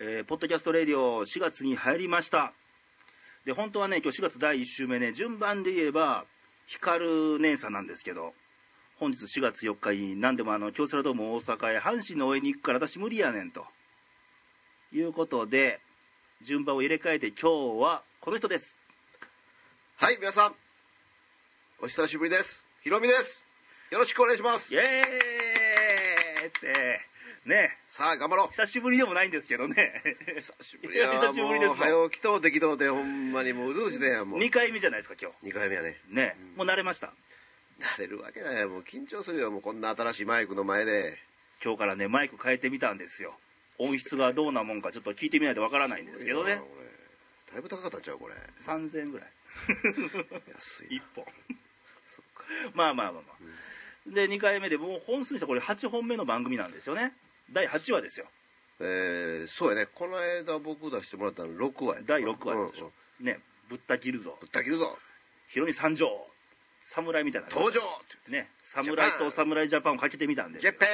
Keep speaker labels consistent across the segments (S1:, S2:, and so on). S1: えーポッドキャストレディオ4月に入りましたで本当はね今日4月第1週目ね順番で言えば光姉さんなんですけど本日4月4日に何でもあの京セラドーム大阪へ阪神の応援に行くから私無理やねんということで順番を入れ替えて今日はこの人です
S2: はい、皆さん、お久しぶりです。ひろみです。よろしくお願いします
S1: イ。エーイってね
S2: さあ、頑張ろう。
S1: 久しぶりでもないんですけどね
S2: 久しぶ
S1: いや久しぶりです
S2: も
S1: わ
S2: う、早起きとできとうで、ほんまにもううずうずしてんやん、もう。
S1: 2回目じゃないですか今
S2: 2回目やね。
S1: 日ねもう慣れました
S2: 慣れるわけないよ。もう緊張するよ。もうこんな新しいマイクの前で。
S1: 今日からねマイク変えてみたんですよ音質がどうなもんかちょっと聞いてみないとわからないんですけど
S2: いや
S1: ね
S2: これだいぶ高かったんちゃうこれ。
S1: 3000円ぐらい
S2: 安
S1: 1
S2: いな。
S1: 本
S2: そっか。
S1: まあまあまあまあ、で2回目でもう本数にしたらこれ8本目の番組なんですよね第8話ですよ
S2: えー、そうやね。この間僕出してもらったの6話や
S1: 第6話でし
S2: うんう
S1: ょ
S2: ん、
S1: ねぶった切るぞ
S2: ぶった切るぞ。
S1: ヒロミ参上侍みたいな
S2: 登場
S1: ね侍と侍ジャパンをかけてみたんです
S2: ジ
S1: よ
S2: ャパン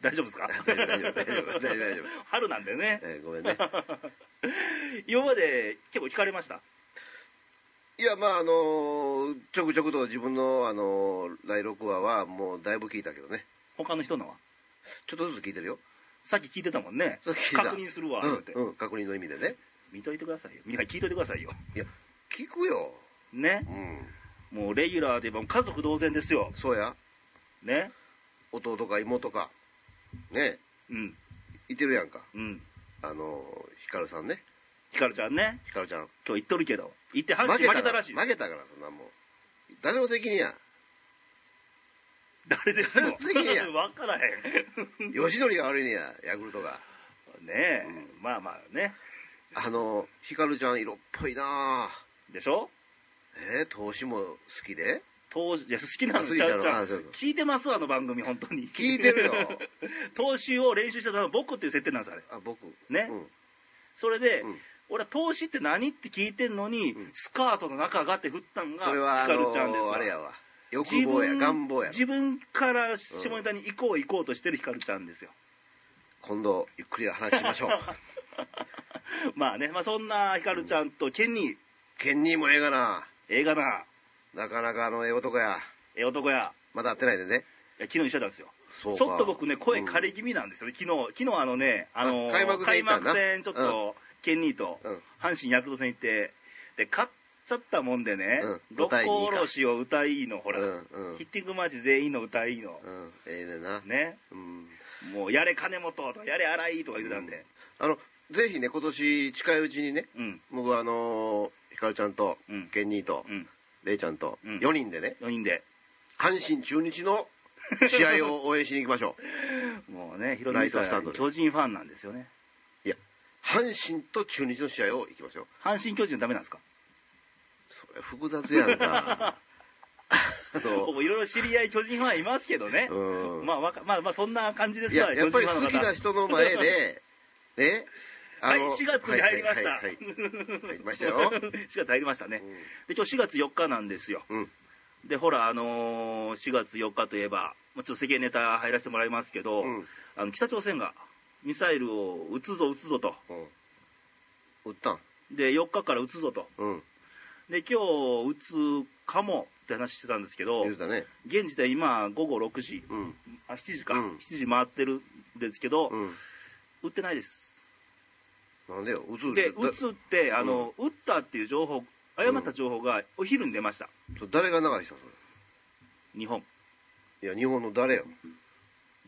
S1: 大丈夫 ですか
S2: 大丈夫、大丈夫、大丈夫、大丈夫。
S1: 春なんでね
S2: えーごめんね。
S1: 今まで結構聞かれました
S2: いやまああのーちょくちょくと自分のあのー第6話はもうだいぶ聞いたけどね
S1: 他の人のは
S2: ちょっとずつ聞いてるよ
S1: さっき聞いてたもんね
S2: そう聞いた
S1: 確認するわ
S2: う
S1: 言て
S2: ん、うん、確認の意味でね
S1: 見といてくださいよみんな聞いといてくださいよ
S2: いや聞くよ
S1: ね
S2: うん
S1: もうレギュラーで言えば家族同然ですよ
S2: そうや
S1: ね
S2: 弟か妹かね
S1: うん
S2: いてるやんか
S1: うん
S2: あのーヒカルさんね
S1: ひかるちゃんね
S2: ヒカルちゃん
S1: 今日言っとるけど言って阪神負けたらしい
S2: 負けたからそんなもう誰の責 任や
S1: 誰ですの
S2: 次や
S1: 分からへん
S2: 吉典が悪いねやヤクルトが
S1: ねえ、まあまあね
S2: あのーヒカルちゃん色っぽいなぁ
S1: でしょ
S2: えー、投資も好きで
S1: 投資いや好きなの
S2: 好き
S1: ち
S2: な
S1: ゃ
S2: の
S1: うちゃ
S2: あそう
S1: う
S2: そう
S1: 聞いてますあの番組本当に
S2: 聞いてるよ
S1: 投資を練習してたのは僕っていう設定なんですあれ
S2: あ僕
S1: ね
S2: うん
S1: それで、
S2: うん
S1: 俺は投資って何って聞いてんのに、
S2: うん
S1: スカートの中がって振ったんが
S2: それはあ
S1: ひかるちゃんです
S2: の
S1: わ
S2: あれやわ欲
S1: 自
S2: 望や
S1: 分
S2: 願望や
S1: 自分から下ネタに行こう行こうとしてるひかるちゃんですよ、
S2: 今度ゆっくり話しま しょう
S1: まあね、まあ、そんなひかるちゃんとケニー
S2: ケンニーもええがな
S1: 映画な
S2: なかなかあのええ男や
S1: ええ男や
S2: まだ会ってないでね
S1: いや昨日一緒だったんですよ
S2: そうか
S1: ちょっと僕ね声
S2: か
S1: 枯れ気味なんですよね、昨日昨日あのねあの
S2: あ開幕戦行ったんだ
S1: 開幕戦ちょっと、ケニーと
S2: うん
S1: 阪神ヤクルト戦行ってで勝っちゃったもんでね
S2: うん
S1: 「六甲おろし」を歌いいのほ
S2: う
S1: ら、
S2: んうん
S1: ヒッティングマーチ全員の歌いいの
S2: う、んええねんな
S1: ね
S2: うん
S1: もう「やれ金本」とか「やれ荒井」とか言ってたんで
S2: あのぜひね今年近いうちにね
S1: うん
S2: 僕はあのひかるちゃんと
S1: うん
S2: ケンニーと
S1: うん、
S2: レイちゃんと
S1: うん
S2: 4人でね
S1: 4人で
S2: 阪神中日の試合を応援しに行きま しょう
S1: もうね、ヒロ
S2: ラ
S1: ミ
S2: イトスタ
S1: さ
S2: ンド
S1: ん、
S2: で
S1: 巨人ファンなんですよね。
S2: いや阪神と中日の試合を行きますよ
S1: 阪神巨人ダメなんですか
S2: それ複雑や んかあの
S1: 僕いろいろ知り合い巨人ファンいますけどね。
S2: うん
S1: まあ、わかまあ、まあ、そんな感じです
S2: いや、
S1: わ、
S2: やっぱり
S1: 巨人ファン
S2: 好き
S1: の方
S2: な人の 前で、ね、
S1: はい4月に入りました
S2: はいはいはいはい入りましたよ。
S1: 4月入りましたね。で、今日4月4日なんですよ。
S2: うん。
S1: で、ほら、あのー、4月4日といえば、まあちょっと世間ネタ入らせてもらいますけど、
S2: うん
S1: あの北朝鮮がミサイルを撃つぞ、撃つぞと。
S2: うん。売ったん。
S1: で、4日から撃つぞと。
S2: うん。
S1: で、今日撃つかもって話してたんですけど
S2: 言、うたね。
S1: 現時点今午後6時、
S2: うん。
S1: あ7時か、
S2: うん
S1: 7時回ってるんですけど、
S2: うん。
S1: 売ってないです
S2: なんでよ、うつ
S1: で
S2: だ
S1: 打つってあの、打ったっていう情報誤った情報がお昼に出ました
S2: それ誰が流したのそ
S1: 日本
S2: れ。いや、日本の誰よ。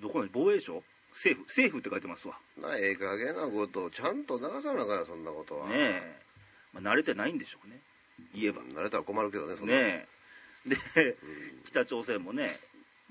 S1: どこの防衛省政府政府って書いてますわ
S2: な、ええ加減なことをちゃんと流さなあかんよそんなことは。
S1: ねえ、まあ、慣れてないんでしょうね言えば
S2: うん慣れたら困るけどね、そんな。
S1: ねえで、 北朝鮮もね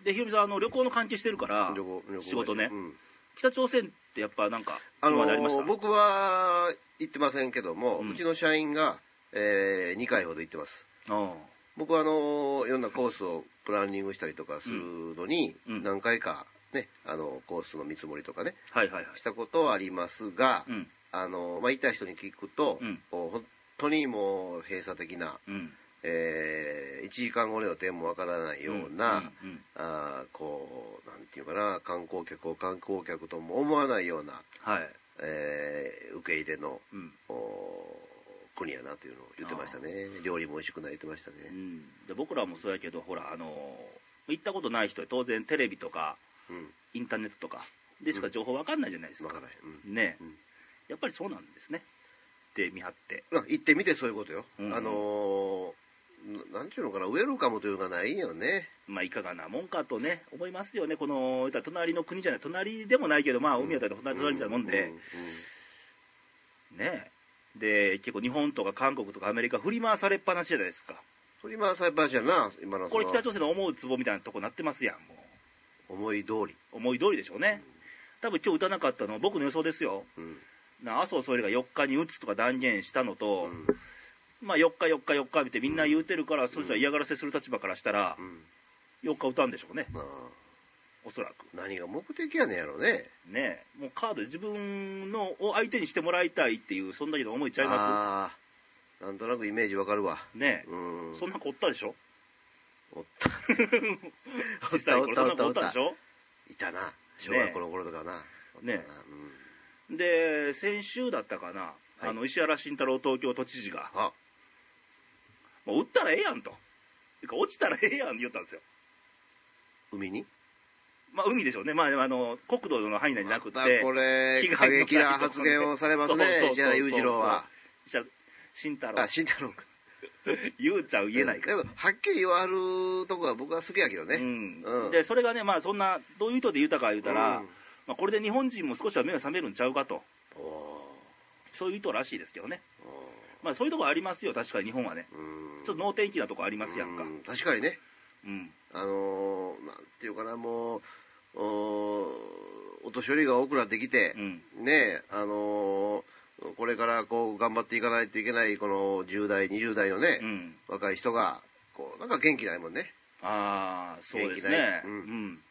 S1: でひろみさんあの旅行の関係してるから
S2: 旅行、旅行。
S1: 仕事ね、
S2: うん
S1: 北朝鮮ってやっぱなんか
S2: あの
S1: 今までありました
S2: ー、僕は行ってませんけども、
S1: うん
S2: うちの社員が、えー、2回ほど行ってます。
S1: ああ
S2: 僕はあのいろんなコースをプランニングしたりとかするのに
S1: うんうん
S2: 何回か、ねあのコースの見積もりとかね
S1: はいはいはい
S2: したことはありますが、
S1: うん
S2: あのまあ、行った人に聞くと、
S1: うん
S2: お本当にもう閉鎖的な、
S1: うん
S2: え1時間後の予定もわからないような、
S1: うんうん
S2: あーこうなんていうかな観光客を観光客とも思わないような、
S1: はい
S2: えー受け入れの、
S1: うん
S2: お国やなというのを言ってましたね料理も美味しくない言ってましたね、
S1: うん、で僕らもそうやけどほらあのー行ったことない人は当然テレビとか
S2: うん
S1: インターネットとかでしか情報わかんないじゃないです
S2: 分
S1: か、
S2: からへん、うん
S1: ね、
S2: うん
S1: やっぱりそうなんですねって見張って
S2: まあ行ってみてそういうことよ、
S1: うん
S2: あのーななんていうのかなウェルカムというのがないよね
S1: まあいかがなもんかとね思いますよねこの言ったら隣の国じゃない隣でもないけどまあ海やったら隣みたいなもんで、ねで結構日本とか韓国とかアメリカ振り回されっぱなしじゃないですか
S2: それ今サイバーじゃな今のそ
S1: こ
S2: の
S1: れ北朝鮮の思うツボみたいなとこなってますやんも
S2: 思い通り、
S1: う思い通りでしょうね、多分今日打たなかったの僕の予想ですよ
S2: うん
S1: な麻生総理が4日に打つとか断言したの
S2: う
S1: と、
S2: ん
S1: まあ4日4日4日ってみんな言うてるから、そっちは嫌がらせする立場からしたら
S2: うん
S1: 4日打たんでしょうね
S2: まあ、
S1: おそらく
S2: 何が目的やねんやろね
S1: ねえもうカードで自分のを相手にしてもらいたいっていうそんだけの思いちゃいま
S2: ああなんとなくイメージわかるわ
S1: すねえ、
S2: うん
S1: そんな子おったでしょ
S2: おった
S1: 小さい頃そん
S2: お
S1: な
S2: った
S1: 子
S2: お
S1: お
S2: っ
S1: った
S2: た
S1: でしょ
S2: い たな小学校の頃とかな
S1: ね
S2: おったなうん
S1: で先週だったかな、
S2: はい
S1: あの石原慎太郎東京都知事が
S2: あ
S1: 「もう打ったらええやん」と「てか落ちたらええやん」って言ったんですよ
S2: 海に
S1: まあ海でしょうねまああの国土の範囲内になく
S2: また
S1: て
S2: これ
S1: 被害の
S2: 過激な発言をされますね
S1: そうそうそうそう
S2: 石原裕次郎は
S1: 石原慎太郎
S2: あ慎太郎君
S1: 言うちゃう言えない
S2: うん
S1: か
S2: けどはっきり言わはるとこは僕は好きやけどね
S1: うん
S2: うん
S1: でそれがねまあそんなどういう意図で言うたか言うたら、
S2: うん
S1: まあ、これで日本人も少しは目が覚めるんちゃうかと
S2: おーお
S1: そういう意図らしいですけどね
S2: ー
S1: まあそういうとこありますよ確かに日本はね
S2: うん
S1: ちょっと能天気なとこありますやんか
S2: うん確かにね
S1: うん
S2: あのーなんていうかなもうおーお年寄りが多くなってきて、
S1: うん
S2: ねえあのーこれからこう頑張っていかないといけないこの10代20代のね、
S1: うん
S2: 若い人がこうなんか元気ないもんね
S1: ああそうです
S2: 元
S1: ね
S2: 気
S1: う
S2: なんい、うん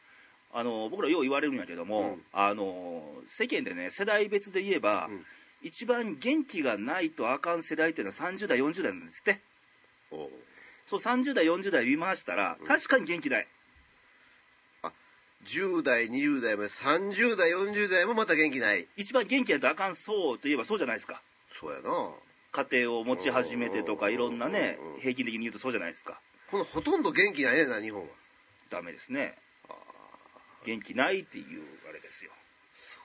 S1: あの僕らよう言われるんやけども、
S2: うん
S1: あの世間でね世代別で言えば、
S2: うん
S1: 一番元気がないとあかん世代っていうのは30代40代なんですって
S2: お
S1: そう30代40代見回したら、
S2: ん
S1: 確かに元気ない
S2: 10代20代まで30代40代もまた元気ない
S1: 一番元気やとあかんそうといえばそうじゃないですか
S2: そうやなこ
S1: 家庭を持ち始めてとか
S2: うん
S1: いろんなね
S2: うん
S1: 平均的に言うとそうじゃないですか
S2: のほとんど元気ないねんな日本は
S1: ダメですね元気ないっていうあれですよそ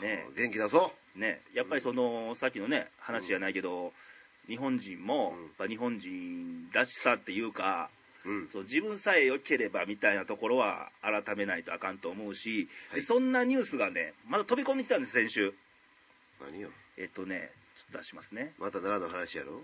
S1: うかね
S2: 元気出そ
S1: ねやっぱりその、さっきのね話じゃないけど、日本人も、
S2: うん
S1: やっぱ日本人らしさっていうか
S2: ううん
S1: そう自分さえ良ければみたいなところは改めないとあかんと思うし、
S2: はい
S1: でそんなニュースがねまだ飛び込んできたんです先週
S2: 何よ
S1: えっとねちょっと出しますね
S2: また奈良の話やろや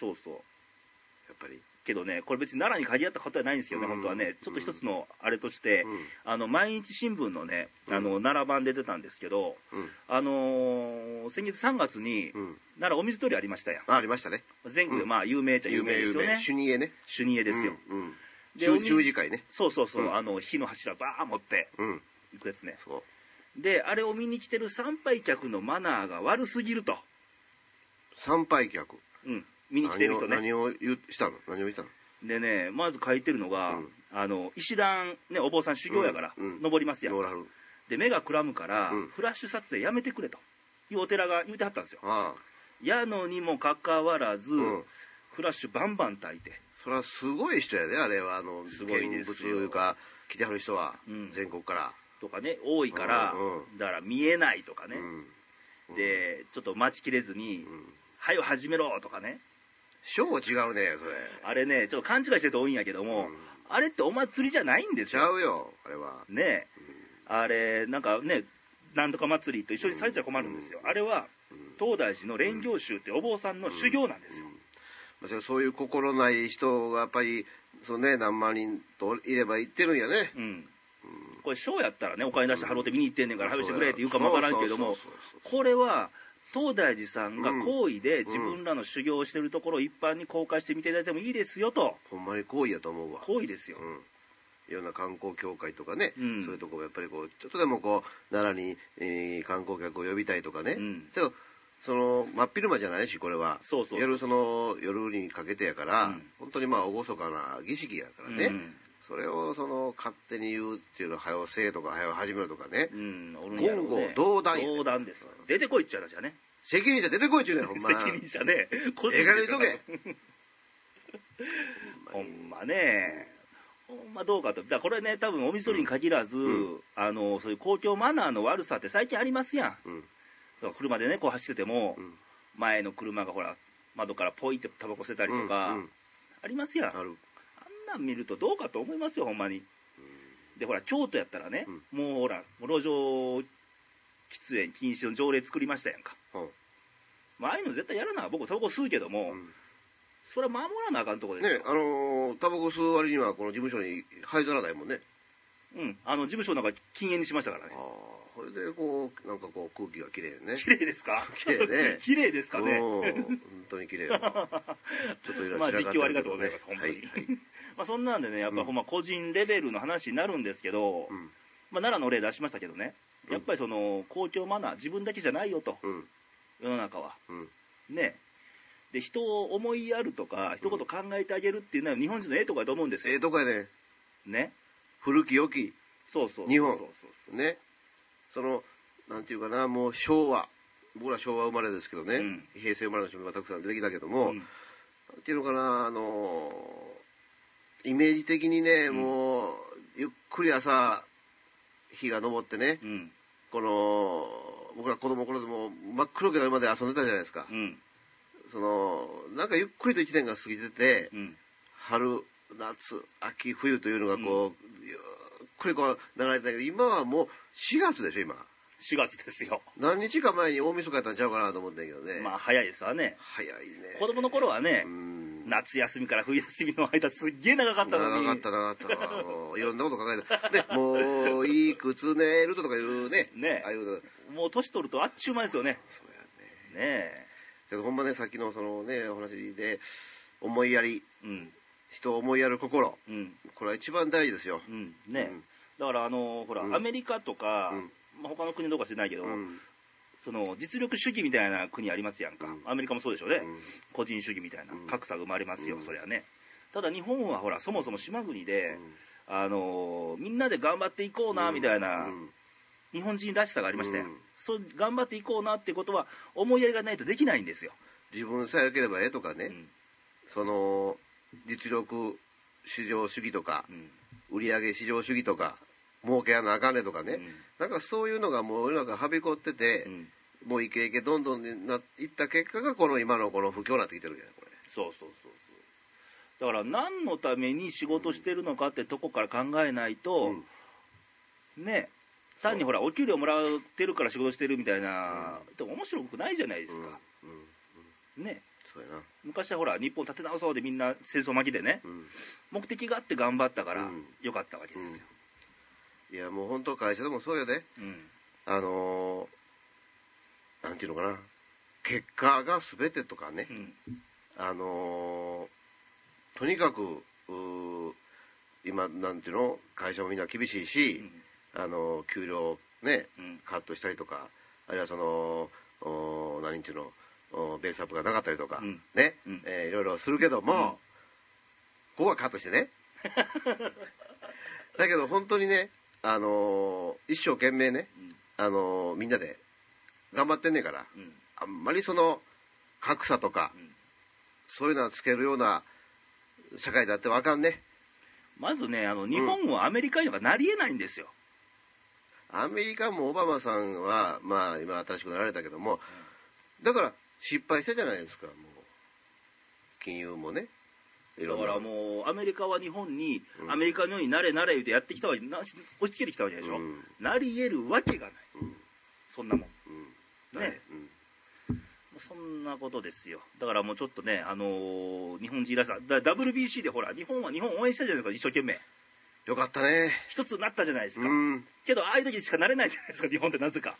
S1: そうそう
S2: っぱり
S1: けどねこれ別に奈良に限ったことはないんですけどね、
S2: うん
S1: 本当はねちょっと一つのあれとして、
S2: うん
S1: あの毎日新聞のねあの奈良版で出たんですけど、
S2: うん
S1: あのー先日3月に、
S2: うん
S1: 奈良お水取りありましたやん
S2: あありましたね
S1: 全国でまあ有名っちゃ有名ですよね、
S2: 主任へね
S1: 主任絵ですよ、
S2: うんうん
S1: でお
S2: 中
S1: 水
S2: 中次会ね
S1: そうそうそう、
S2: うん
S1: あの火の柱バー持って
S2: うん
S1: いくやつね
S2: そう
S1: であれを見に来てる参拝客のマナーが悪すぎると、
S2: 参拝客
S1: うん、見に来てる人ね
S2: 何を何を言うしたの何を言ったの
S1: でねまず書いてるのが、
S2: うん
S1: あの石段ねお坊さん修行やから、
S2: うんうん
S1: 登りますやん
S2: ノーラル
S1: で目がくらむから、
S2: うん
S1: フラッシュ撮影やめてくれというお寺が言うてはったんですよ
S2: ああ
S1: やのにもかかわらず、
S2: うん
S1: フラッシュバンバン焚いて
S2: それはすごい人やであれはあの
S1: すごいですよ
S2: 見物というか来てはる人は、
S1: うん
S2: 全国から
S1: とかね多いから、
S2: うんう
S1: だから見えないとかね
S2: う、ん
S1: でちょっと待ちきれずに
S2: うん
S1: 「はよ始めろ」とかね
S2: ショー違うねそれ
S1: あれねちょっと勘違いしてる人多いんやけども、
S2: うん
S1: あれってお祭りじゃないんです
S2: ちゃ
S1: よ
S2: うよあれは
S1: ねあれなんかねなんとか祭りと一緒にされちゃ困るんですよ、あれは東大寺の蓮行宗ってお坊さんの修行なんですよ、
S2: まあそれはそういう心ない人がやっぱりそのね何万人といれば行ってるんやね
S1: うん、これショーやったらねお金出して払うて見に行ってんねんから
S2: うん
S1: 払うしてくれって言うかもわからんけども
S2: そうそうそう
S1: これは東大寺さんが
S2: うん
S1: 好意で自分らの修行をしてるところを一般に公開してみていただいてもいいですよと
S2: ほんまに好意やと思うわ
S1: 好意ですよ、
S2: うんいろんな観光協会とかね、
S1: うん
S2: そういうとこもやっぱりこうちょっとでもこう奈良に、えー観光客を呼びたいとかね、
S1: うん
S2: けどその真っ昼間じゃないしこれは
S1: そうそう
S2: 夜その夜にかけてやから、
S1: うん
S2: 本当にまあ厳かな儀式やからね、
S1: うん
S2: それをその勝手に言うっていうのはよせえとかはよ始めるとかね
S1: うんおるんやろうね
S2: 言語道断やね
S1: 道断です出てこいっちゃう話やね
S2: 責任者出てこいっちゅうねんほんま
S1: 責任者ね個
S2: ええ
S1: で
S2: かげんにしとけ
S1: ほんまねほんまどうかとだからこれね多分おみそりに限らず、
S2: ん
S1: あのそういう公共マナーの悪さって最近ありますやん
S2: うん
S1: だから車でねこう走ってても、
S2: うん
S1: 前の車がほら窓からポイってタバコ捨てたりとか、
S2: うんうん
S1: ありますやんあ
S2: ある
S1: んなん見るとどうかと思いますよほんまにでほら京都やったらね、
S2: うん
S1: もうほらもう路上喫煙禁止の条例作りましたやんか、
S2: うん
S1: まあ、ああいうの絶対やらな僕タバコ吸うけども、
S2: うん
S1: それは守らなあかんとこですよ、
S2: ねあのータバコ吸う割にはこの事務所に灰皿ないもんね
S1: うん、あの事務所なんか禁煙にしましたから
S2: あ
S1: ね
S2: あそれでこうなんかこう空気がきれいね
S1: 綺麗ですか
S2: 綺麗ね
S1: 綺麗ですかね
S2: うん本当に綺麗ちょっといら
S1: まあ
S2: っしゃ
S1: 実況ありがとうございます本当
S2: はい
S1: に、 まあそんなんでねやっぱほんま個人レベルの話になるんですけど、
S2: うん
S1: まあ、奈良の例出しましたけどね
S2: うん
S1: やっぱりその公共マナー自分だけじゃないよと
S2: うん
S1: 世の中は
S2: うん
S1: ねで人を思いやるとか一言考えてあげるっていうのは日本人のええとこだと思うんです
S2: ええ
S1: よ、
S2: とこやね
S1: ね
S2: 古き良き
S1: そうそうそうそう
S2: 日本
S1: そうそう
S2: ねそのなんていうかなもう昭和僕ら昭和生まれですけどね、
S1: うん
S2: 平成生まれの人もたくさん出てきたけども、
S1: うん
S2: なんていうのかなあのーイメージ的にね、
S1: ん
S2: もうゆっくり朝日が昇ってね、
S1: うん
S2: この僕ら子供の頃でも真っ黒くなるまで遊んでたじゃないですか、
S1: うん
S2: そのなんかゆっくりと1年が過ぎてて、
S1: うん
S2: 春夏秋冬というのがこう、ゆっくりこう流れてたけど今はもう4月でしょ今
S1: 4月ですよ、
S2: 何日か前に大晦日やったんちゃうかなと思ってんけどね、
S1: まあ早いですわね
S2: 早いね
S1: 子供の頃はね、
S2: うん
S1: 夏休みから冬休みの間すっげえ長かったの
S2: 長
S1: に
S2: かった長かったもういろんなこと考えたでもういい靴ねるとかいうね
S1: ね
S2: ああいうこと
S1: もう年取るとあっちゅう間ですよね
S2: そうやね
S1: ねえ
S2: けどほんまねさっきのそのねお話で思いやり
S1: うん
S2: 人を思いやる心
S1: うん
S2: これは一番大事ですよ
S1: うんねえ、
S2: うん
S1: だからあのほら、
S2: うん
S1: アメリカとか、
S2: うん
S1: まあ、他の国どうか知らないけど、
S2: うん
S1: その実力主義みたいな国ありますやんか、
S2: うん
S1: アメリカもそうでしょうね、
S2: うん
S1: 個人主義みたいな
S2: うん
S1: 格差が生まれますよ、
S2: うん
S1: そりゃねただ日本はほらそもそも島国
S2: う
S1: で、
S2: ん
S1: あのみんなで頑張っていこうなみたいな、
S2: うん
S1: 日本人らしさがありましたやん、
S2: うん
S1: そう頑張っていこうなってことは思いやりがないとできないんですよ、
S2: 自分さえ良ければええとか
S1: う
S2: ね、
S1: ん
S2: その実力市場主義とか、
S1: うん
S2: 売上市場主義とか儲けやなあかんねとかね、
S1: うん
S2: なんかそういうのがもう世の中はびこってて、
S1: うん
S2: もうイケイケどんどんになっていった結果がこの今のこの不況になってきてるんじゃないこ
S1: そうそうそうそうだから何のために仕事してるのかってとこから考えないと、ね単にほらお給料もらってるから仕事してるみたいな、でも面白くないじゃないで
S2: れ
S1: すか、
S2: うんうん
S1: ね
S2: そうやな
S1: 昔はほら日本立て直そうでみんな戦争巻きでね
S2: うん
S1: 目的があって頑張ったか
S2: う
S1: ら
S2: ん
S1: よかったわけですよ、
S2: いやもう本当会社でもそうよね
S1: うん
S2: あのーなんていうのかな結果が全てとかね、
S1: うん
S2: あのーとにかくうー今なんていうの会社もみんな厳しいし、あのー給料ね
S1: うん
S2: カットしたりとかあるいはそのお何ていうのおベースアップがなかったりとか、
S1: うん
S2: ね、
S1: うん
S2: えーいろいろするけども、
S1: うん
S2: ここはカットして ねだけど本当にね、あのー一生懸命ね、
S1: うん
S2: あのーみんなで頑張ってんねんから
S1: うん
S2: あんまりその格差とか、
S1: うん
S2: そういうのはつけるような社会だってわかんね
S1: まずねあの日本はアメリカにはなりえないんですよ、
S2: アメリカもオバマさんはまあ今新しくなられたけどもだから失敗したじゃないですかもう金融もねい
S1: だ
S2: ろん
S1: か
S2: な
S1: らもうアメリカは日本に、
S2: うん
S1: アメリカのようになれなれ言うてやってきたわけなし押し付けてきたわけでしょ、
S2: うん
S1: なり得るわけがない、
S2: うん
S1: そんなもん
S2: うん
S1: ね
S2: うん
S1: そんなことですよだからもうちょっとね、あのー日本人らしさだ WBC でほら日本は日本を応援したじゃないですか一生懸命
S2: よかったね
S1: 一つになったじゃないですか、
S2: うん
S1: けどああいう時しかなれないじゃないですか日本ってなぜか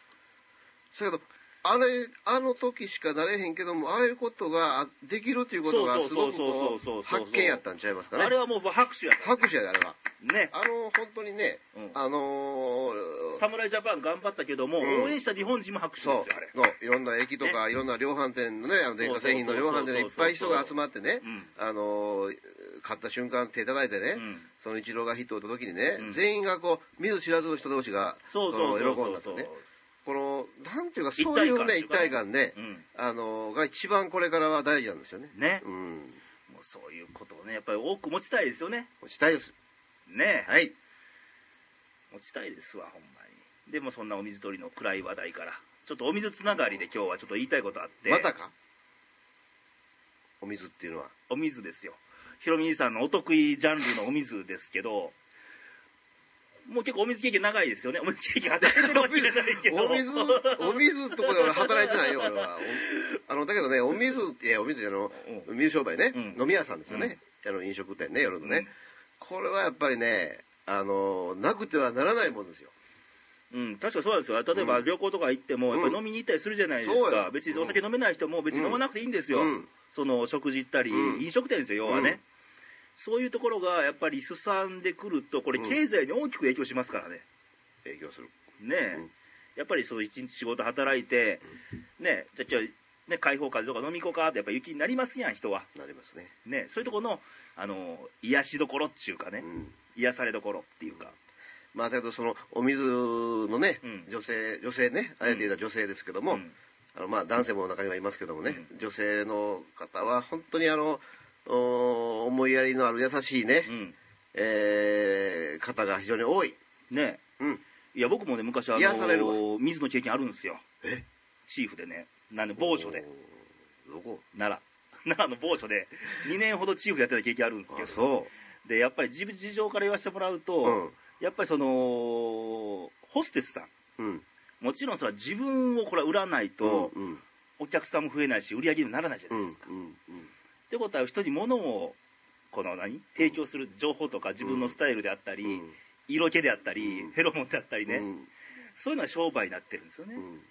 S2: そやけどあれあの時しかなれへんけどもああいうことがあできるということが
S1: そう
S2: す
S1: そ
S2: ご
S1: う
S2: く
S1: そうそうそ
S2: こ
S1: うそう
S2: う発見やったんちゃいますかね
S1: あれはもう拍手やから
S2: 拍手やであれは
S1: ね
S2: あの本当にね、
S1: うん
S2: あのー
S1: 侍ジャパン頑張ったけども、
S2: うん
S1: 応援した日本人も拍手
S2: そ
S1: で
S2: う
S1: すよあれ
S2: のいろんな駅とか、いろんな量販店のねあの電化製品の量販店でいっぱい人が集まってね
S1: うん
S2: あのー買った瞬間手叩いてね、
S1: うん
S2: そのイチローがヒットを打った時にね、
S1: うん
S2: 全員がこう見ず知らずの人同士が
S1: そうそうそ
S2: の
S1: うそ
S2: 喜
S1: う
S2: んだ
S1: そ
S2: と
S1: う、
S2: ねこのなんていうかそういうね
S1: 一
S2: 一
S1: 体
S2: 体
S1: 感
S2: 感ね、
S1: うん、
S2: あのが一番これからは大事なんですよね
S1: ね
S2: うん
S1: もうそういうことをねやっぱり多く持ちたいですよね
S2: したいです
S1: ねえ、
S2: はい
S1: 持ちたいですわほんまにでもそんなお水取りの暗い話題からちょっとお水つながりで今日はちょっと言いたいことあって
S2: またかお水っていうのは
S1: お水ですよひろみ兄さんのお得意ジャンルのお水ですけどもう結構お水経験長いですよねお水経験 働いてるわけじゃないけど
S2: お水お水とこで俺働いてないよ俺はおあのだけどねお水いやお水じゃの
S1: う
S2: 水商売ね、
S1: うん
S2: 飲み屋さんですよね、あの飲食店ね夜のね、これはやっぱりねあのなくてはならないもんですよ
S1: うん、確かそうなんですよ例えば
S2: うん
S1: 旅行とか行っても、
S2: うん
S1: やっぱり飲みに行ったりするじゃないです
S2: そう
S1: か
S2: よ
S1: 別にお酒飲めない人も別に飲まなくていいんですよ、
S2: うん
S1: その食事行ったり、
S2: うん
S1: 飲食店ですよ要はね、
S2: うん
S1: そういうところがやっぱりすさんでくるとこれ
S2: うん
S1: 経済に大きく影響しますからね
S2: 営業する
S1: ねえ、
S2: うん
S1: やっぱりそう一日仕事働いて、ねえじゃあ今日ね開放風とか飲み行こうかってやっぱ雪になりますやん人は
S2: なりますね、
S1: ねえそういうところのあの癒しどころっちゅうかね、
S2: うん
S1: 癒されどころっていうか、
S2: まあだけどそのお水のね、
S1: うん
S2: 女性女性ねあえて言うたら女性ですけども、
S1: うん
S2: あのまあ男性も中にはいますけどもね、女性の方は本当にあのお思いやりのある優しいね、
S1: うん
S2: えー方が非常に多い、
S1: ねえ
S2: うん、
S1: いや僕もね昔あの
S2: 癒されるわ
S1: 水の経験あるんですよ
S2: え
S1: チーフでねなんで某所で
S2: おーどこ
S1: 奈良 奈良の某所で2年ほどチーフでやってた経験あるんですけど
S2: あそ
S1: でやっぱり事事情から言わせてもらうと、
S2: うん
S1: やっぱりそのホステスさん
S2: ううん
S1: もちろんそれは自分をこれは売らないと、
S2: うんうん
S1: お客さんも増えないし売り上げにもならないじゃ
S2: う
S1: ない
S2: ん
S1: ですか、
S2: うん
S1: ってことは人に物をこの何提供する情報とか自分のスタイルであったり、
S2: うん
S1: 色気であったり、
S2: うん
S1: フェロモンであったりね、
S2: うん
S1: そういうのは商売になってるんですよね、
S2: うん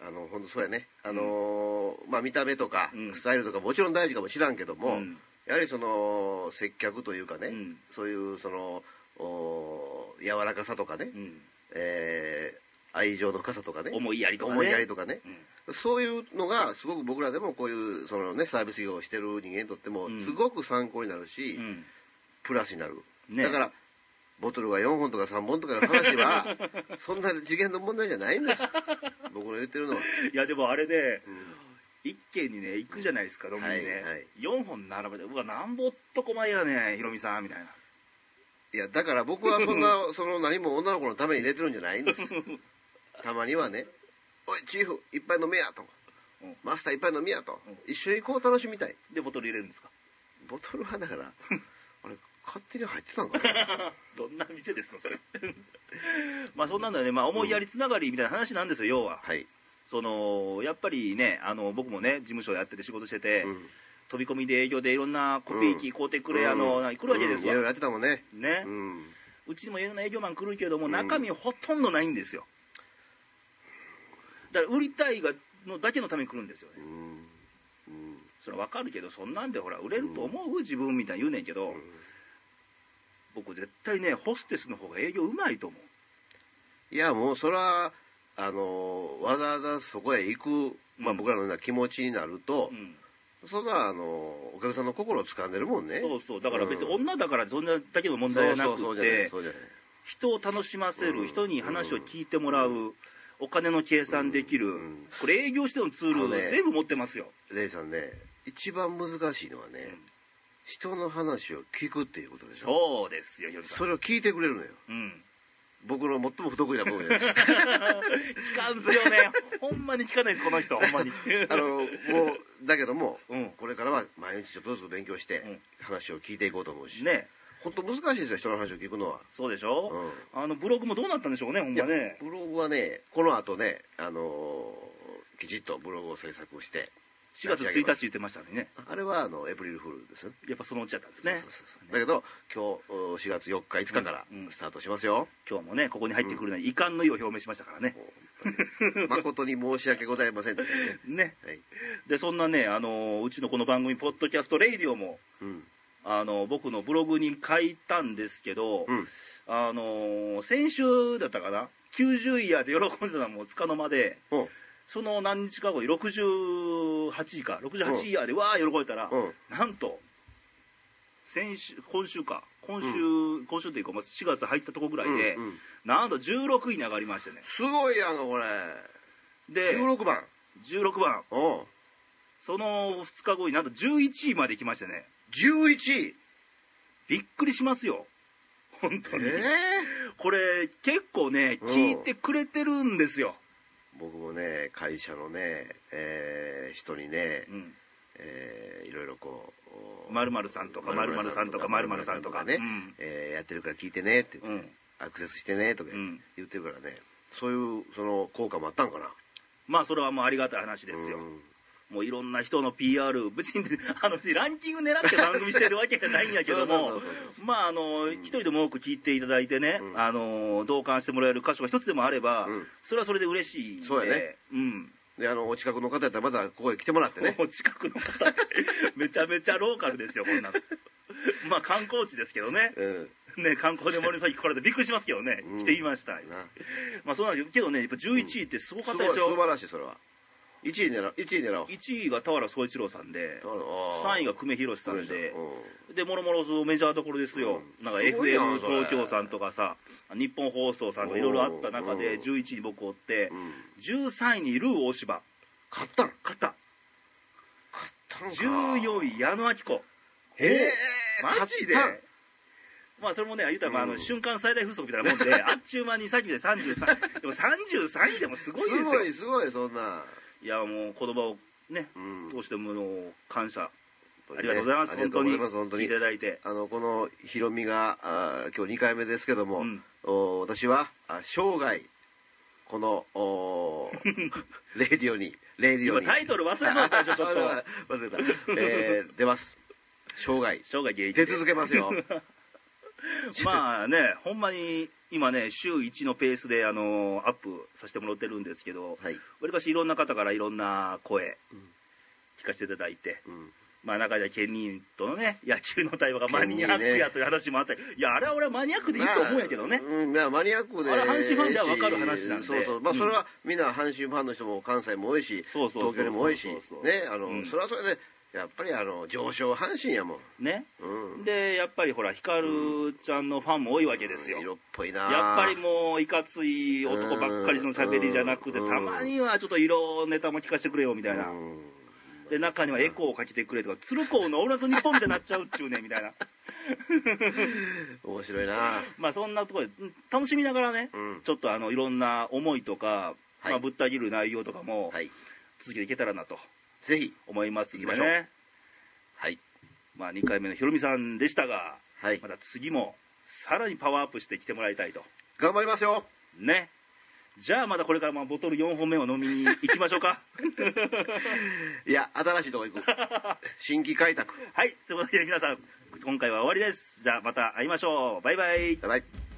S2: あの本当そうやねあのーまあ見た目とか
S1: うん
S2: スタイルとかもちろん大事かもしらんけども、
S1: うん
S2: やはりその接客というかね、
S1: うん
S2: そういうそのお柔らかさとかね、
S1: うん
S2: えー愛情の深さとかね
S1: 思いやりとかね
S2: 思いやりとかね
S1: うん
S2: そういうのがすごく僕らでもこういうその、ね、サービス業をしてる人間にとっても
S1: うん
S2: すごく参考になるし、
S1: うん
S2: プラスになる、
S1: ね
S2: だからボトルが4本とか3本とかの話 はそんな次元の問題じゃないんです僕の言ってるのは、
S1: いやでもあれで
S2: うん
S1: 一軒にね行くじゃないですか飲みにね、
S2: はいはい
S1: 4本並べて「うわなんぼっとこまいやねひろみさん」みたいない
S2: やだから僕はそんなその何も女の子のために入れてるんじゃないんですたまにはね「おいチーフいっぱい飲めや」と
S1: うん
S2: 「マスターいっぱい飲めや」と
S1: うん
S2: 「一緒に行こう楽しみたい」
S1: でボトル入れるんですか
S2: ボトルはだから あれ勝手に入ってたんかな
S1: どんな店ですか それまあそんなんだね、まあ、思いやりつながりみたいな話なんですよ要は
S2: はい、
S1: そのやっぱりねあの僕もね事務所やってて仕事してて、
S2: うん
S1: 飛び込みで営業でいろんなコピー機買うてくれ、あのなんか来るわけです
S2: うんいろい
S1: よ、
S2: ろやってたもんね
S1: ね
S2: う、ん
S1: うちにもいろんな営業マン来るけども
S2: うん
S1: 中身ほとんどないんですよだから売りたいがのだけのために来るんですよね
S2: うんうん
S1: それは分かるけどそんなんでほら売れると思う自分みたいに言うねんけど、僕絶対ねホステスの方が営業うまいと思
S2: いやもうそれはあのわざわざそこへ行く、
S1: う
S2: まあ、
S1: ん
S2: 僕らのような気持ちになると
S1: う、、うん
S2: そんなあのお客さんの心を掴んでるもんね
S1: そうそうだから別に
S2: うん
S1: 女だからそんなだけの問題じゃな
S2: そうそう
S1: く
S2: そうじゃない
S1: て
S2: そうじゃない
S1: 人を楽しませる、
S2: うん
S1: 人に話を聞いてもらう、お金の計算できる、
S2: ん
S1: これ営業してのツー
S2: あ
S1: ル、
S2: のね
S1: 全部持ってますよ、
S2: レイさんね一番難しいのはね、人の話を聞くっていうことですよ
S1: そうですよひろみさん
S2: それを聞いてくれるのよ
S1: うん
S2: 僕の最も不得意な部分です
S1: 聞かんすよねほんまに聞かないですこの人ほんまに
S2: あのもうだけども、
S1: うん
S2: これからは毎日ちょっとずつ勉強して、
S1: うん
S2: 話を聞いていこうと思うし、
S1: ね
S2: 本当難しいですよ人の話を聞くのは
S1: そうでしょ、あのブログもどうなったんでしょうねほん
S2: いや
S1: まね
S2: ブログはねこの後ねあのーきちっとブログを制作して
S1: 4月1日言ってましたのにね
S2: あれはあのエプリルフールですよね
S1: やっぱそのうちだったんですね
S2: そうそうそうだけど今日4月4日5日から
S1: うんうん
S2: スタートしますよ、
S1: 今日もねここに入ってくるのに遺憾の意を表明しましたからね
S2: もう誠に申し訳ございませんって感じね
S1: ね
S2: はい
S1: でそんなねあのうちのこの番組「ポッドキャスト・レイディオも」
S2: うん
S1: あの僕のブログに書いたんですけど、
S2: うん
S1: あの先週だったかな90位やで喜んでたのもつかの間で
S2: うん
S1: その何日か後に68位か68位やでわー喜んでたら、
S2: うん
S1: なんと先週今週か今週、今週というかまあ4月入ったとこぐらい
S2: うん
S1: で、
S2: うん
S1: なんと16位に上がりましてね
S2: すごいやんかこれ
S1: で
S2: 16番
S1: 16番
S2: おう
S1: その2日後になんと11位まで来ましてね
S2: 11位
S1: びっくりしますよ本当に、
S2: え
S1: これ結構ね
S2: うん
S1: 聞いてくれてるんですよ、
S2: ー僕もね会社のね、えー人にね
S1: う、ん、
S2: えーいろいろこう
S1: 〇〇さんとか〇〇さんとか〇〇さんとか
S2: ね、
S1: うん
S2: えーやってるから聞いてねって言っ
S1: う
S2: て、
S1: ん
S2: アクセスしてねとか
S1: うん
S2: 言ってるからねそういうその効果もあったんかな
S1: まあそれはもうありがたい話ですよ、
S2: うん
S1: もういろんな人の PR 別にあのランキング狙って番組してるわけじゃないんやけど
S2: そうそう
S1: も
S2: そう
S1: まああの一人でも多く聞いていただいてね、
S2: うん
S1: あの同感してもらえる箇所が一つでもあれば、
S2: うん
S1: それはそれで嬉しいんで
S2: そうやね
S1: うん
S2: であのお近くの方やったらまだここへ来てもらってね
S1: もう近くの方 でめちゃめちゃローカルですよこんなのまあ観光地ですけどね
S2: うん
S1: ね観光で森の先来られてびっくりしますけどね、
S2: うん
S1: 来ていました
S2: な
S1: まあそうなんですけどねやっぱ11位ってすごかっ
S2: す
S1: た
S2: ごい
S1: でし
S2: 素
S1: ょ、
S2: 晴らしいそれは1位狙う1位狙おう
S1: 1位が俵総一郎さんで
S2: 3
S1: 3位が久米宏さんで
S2: う
S1: でもろもろそうメジャーどころですよ、
S2: うん
S1: なんか
S2: すごいな
S1: FM
S2: それ
S1: 東京さんとかさ日本放送さんとかいろいろあった中
S2: う
S1: で
S2: ん
S1: 11位に僕おって、
S2: んうん
S1: 13位にルー大柴
S2: 買ったん
S1: 勝
S2: 買
S1: った
S2: ったんか
S1: 14位矢野明子
S2: えー
S1: マジで
S2: 買ったん
S1: まあそれもね言うたらまああの
S2: うん
S1: 瞬間最大風速みたいなもん であっちゅう間にさっきで33でも33位でもすごいですよ
S2: すごいすごいそんない
S1: やもう言葉をね
S2: うん
S1: 通してもう感謝
S2: 本
S1: あ
S2: 当
S1: り
S2: にね
S1: がとうございます
S2: あ
S1: 本
S2: りがと
S1: 当
S2: うご
S1: に
S2: ざいます本当
S1: 聞い
S2: に
S1: ていただいて
S2: あのこのヒロミがあー今日2回目ですけども、
S1: うん
S2: お私はあ生涯このお レディオにレディオ
S1: 今
S2: に
S1: タイトル忘れそうだったでしょち ょっと
S2: 忘れた、えー出ます生涯
S1: 生涯現役
S2: 出
S1: で
S2: 続けますよ
S1: まあねほんまに今ね週1のペースであのアップさせてもらってるんですけど
S2: はい、
S1: わりかしいろんな方からいろんな声
S2: うん
S1: 聞かせていただいて
S2: うん
S1: まあ中ではケニーとのね野球の対話がマニアック
S2: ケニーね
S1: やという話もあったりいやあれは俺はマニアックでいいと思うんやけどね
S2: まあうんまあマニアックで
S1: あれ阪神ファンでは分かる話なんで
S2: そうそうまあ
S1: うん
S2: それはみんな阪神ファンの人も関西も多いし
S1: そうそうそうそう
S2: 東京にも多いしねあの、
S1: うん
S2: それはそれでやっぱりあの上昇阪神やもん
S1: ね
S2: うん
S1: でやっぱりほらヒカルちゃんのファンも多いわけですよ
S2: 色っぽいな
S1: やっぱりもういかつい男ばっかりの喋りじゃなくて
S2: うん
S1: たまにはちょっと色ネタも聞かせてくれよみたいな
S2: うん
S1: で中にはエコーをかけてくれとか鶴光の「オールナイトニッポン」みたいになっちゃうっちゅうねみたいな
S2: 面白いな
S1: まあそんなところでうん楽しみながらね
S2: うん
S1: ちょっとあのいろんな思いとか、
S2: はい
S1: まあ、ぶった切る内容とかも
S2: はい
S1: 続けていけたらなと
S2: ぜひ
S1: 思いますんで
S2: 行きましょ
S1: ね
S2: はい
S1: まあ2回目のひろみさんでしたが
S2: はい
S1: また次もさらにパワーアップして来てもらいたいと
S2: 頑張りますよ
S1: ねじゃあまたこれからまあボトル4本目を飲みに行きましょうか
S2: いや新しいとこ行く新規開拓
S1: はいということで皆さん今回は終わりですじゃあまた会いましょうバイバイ
S2: バイバイ